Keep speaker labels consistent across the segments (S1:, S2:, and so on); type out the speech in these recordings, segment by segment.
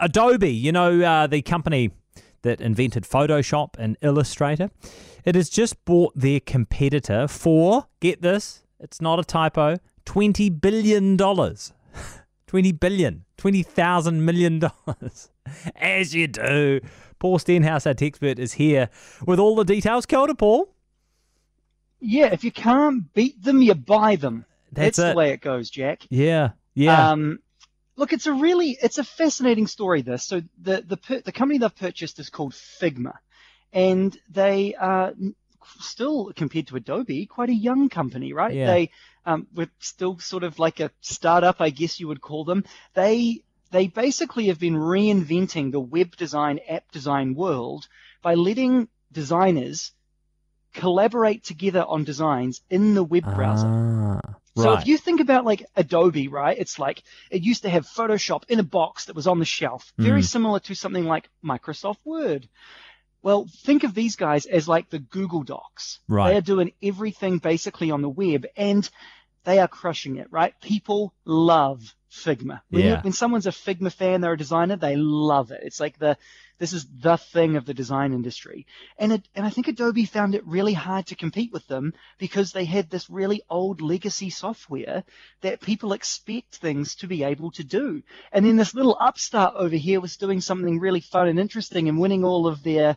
S1: Adobe, you know, uh, the company that invented Photoshop and Illustrator, it has just bought their competitor for, get this, it's not a typo, $20 billion. 20 billion, $20,000 million. As you do. Paul Stenhouse, our tech expert, is here with all the details. Kia ora, Paul.
S2: Yeah, if you can't beat them, you buy them.
S1: That's it.
S2: That's, the way it goes, Jack.
S1: Yeah, yeah.
S2: Um, look, it's a really it's a fascinating story. This so the the per- the company they've purchased is called Figma, and they are n- still compared to Adobe quite a young company, right?
S1: Yeah.
S2: They um, were still sort of like a startup, I guess you would call them. They they basically have been reinventing the web design, app design world by letting designers collaborate together on designs in the web browser.
S1: Ah,
S2: So
S1: right.
S2: if you think about like Adobe, right? It's like it used to have Photoshop in a box that was on the shelf, very
S1: Mm.
S2: similar to something like Microsoft Word. Well, think of these guys as like the Google Docs.
S1: Right.
S2: They are doing everything basically on the web and they are crushing it, right? People love Figma. When, you-
S1: Yeah.
S2: when someone's a Figma fan, they're a designer, they love it. It's like the this is the thing of the design industry. And it, and I think Adobe found it really hard to compete with them because they had this really old legacy software that people expect things to be able to do. And then this little upstart over here was doing something really fun and interesting and winning all of their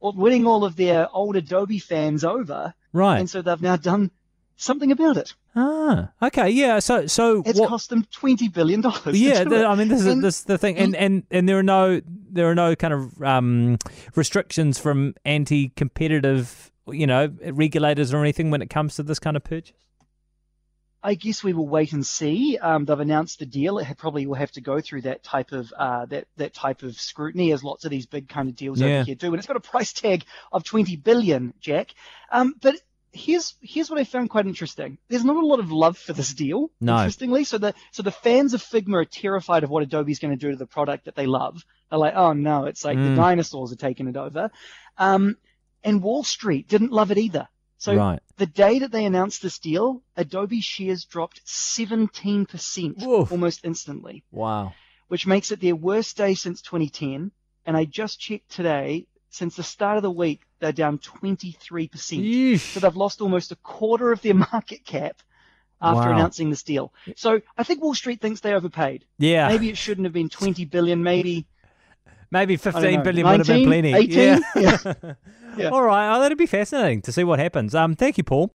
S2: or winning all of their old Adobe fans over.
S1: right.
S2: And so they've now done something about it.
S1: Ah, okay. Yeah. So, so
S2: It's
S1: what?
S2: cost them twenty billion dollars.
S1: yeah, th- I mean, this is
S2: And- Mm.
S1: this is the thing, and, and and there are no there are no kind of um, restrictions from anti-competitive, you know, regulators or anything when it comes to this kind of purchase.
S2: I guess we will wait and see. Um, they've announced the deal. It ha- probably will have to go through that type of uh, that that type of scrutiny, as lots of these big kind of deals
S1: Yeah.
S2: over here do. And it's got a price tag of twenty billion, Jack. Um, but here's here's what I found quite interesting. There's not a lot of love for this deal,
S1: No.
S2: interestingly. So the so the fans of Figma are terrified of what Adobe's going to do to the product that they love. They're like, oh no, it's like
S1: Mm.
S2: the dinosaurs are taking it over. Um, and Wall Street didn't love it either. So
S1: right.
S2: the day that they announced this deal, Adobe shares dropped 17%
S1: Woof.
S2: almost instantly,
S1: Wow.
S2: which makes it their worst day since 2010. And I just checked today, since the start of the week, they're down 23%. So they've lost almost a quarter of their market cap after
S1: Wow.
S2: announcing this deal. So I think Wall Street thinks they overpaid.
S1: Yeah. Maybe,
S2: Maybe it shouldn't have been 20 billion, maybe
S1: fifteen
S2: know,
S1: billion would have been
S2: 19,
S1: plenty.
S2: 18?
S1: Yeah.
S2: Yeah.
S1: All right. Oh, that'd be fascinating to see what happens. Um, thank you, Paul.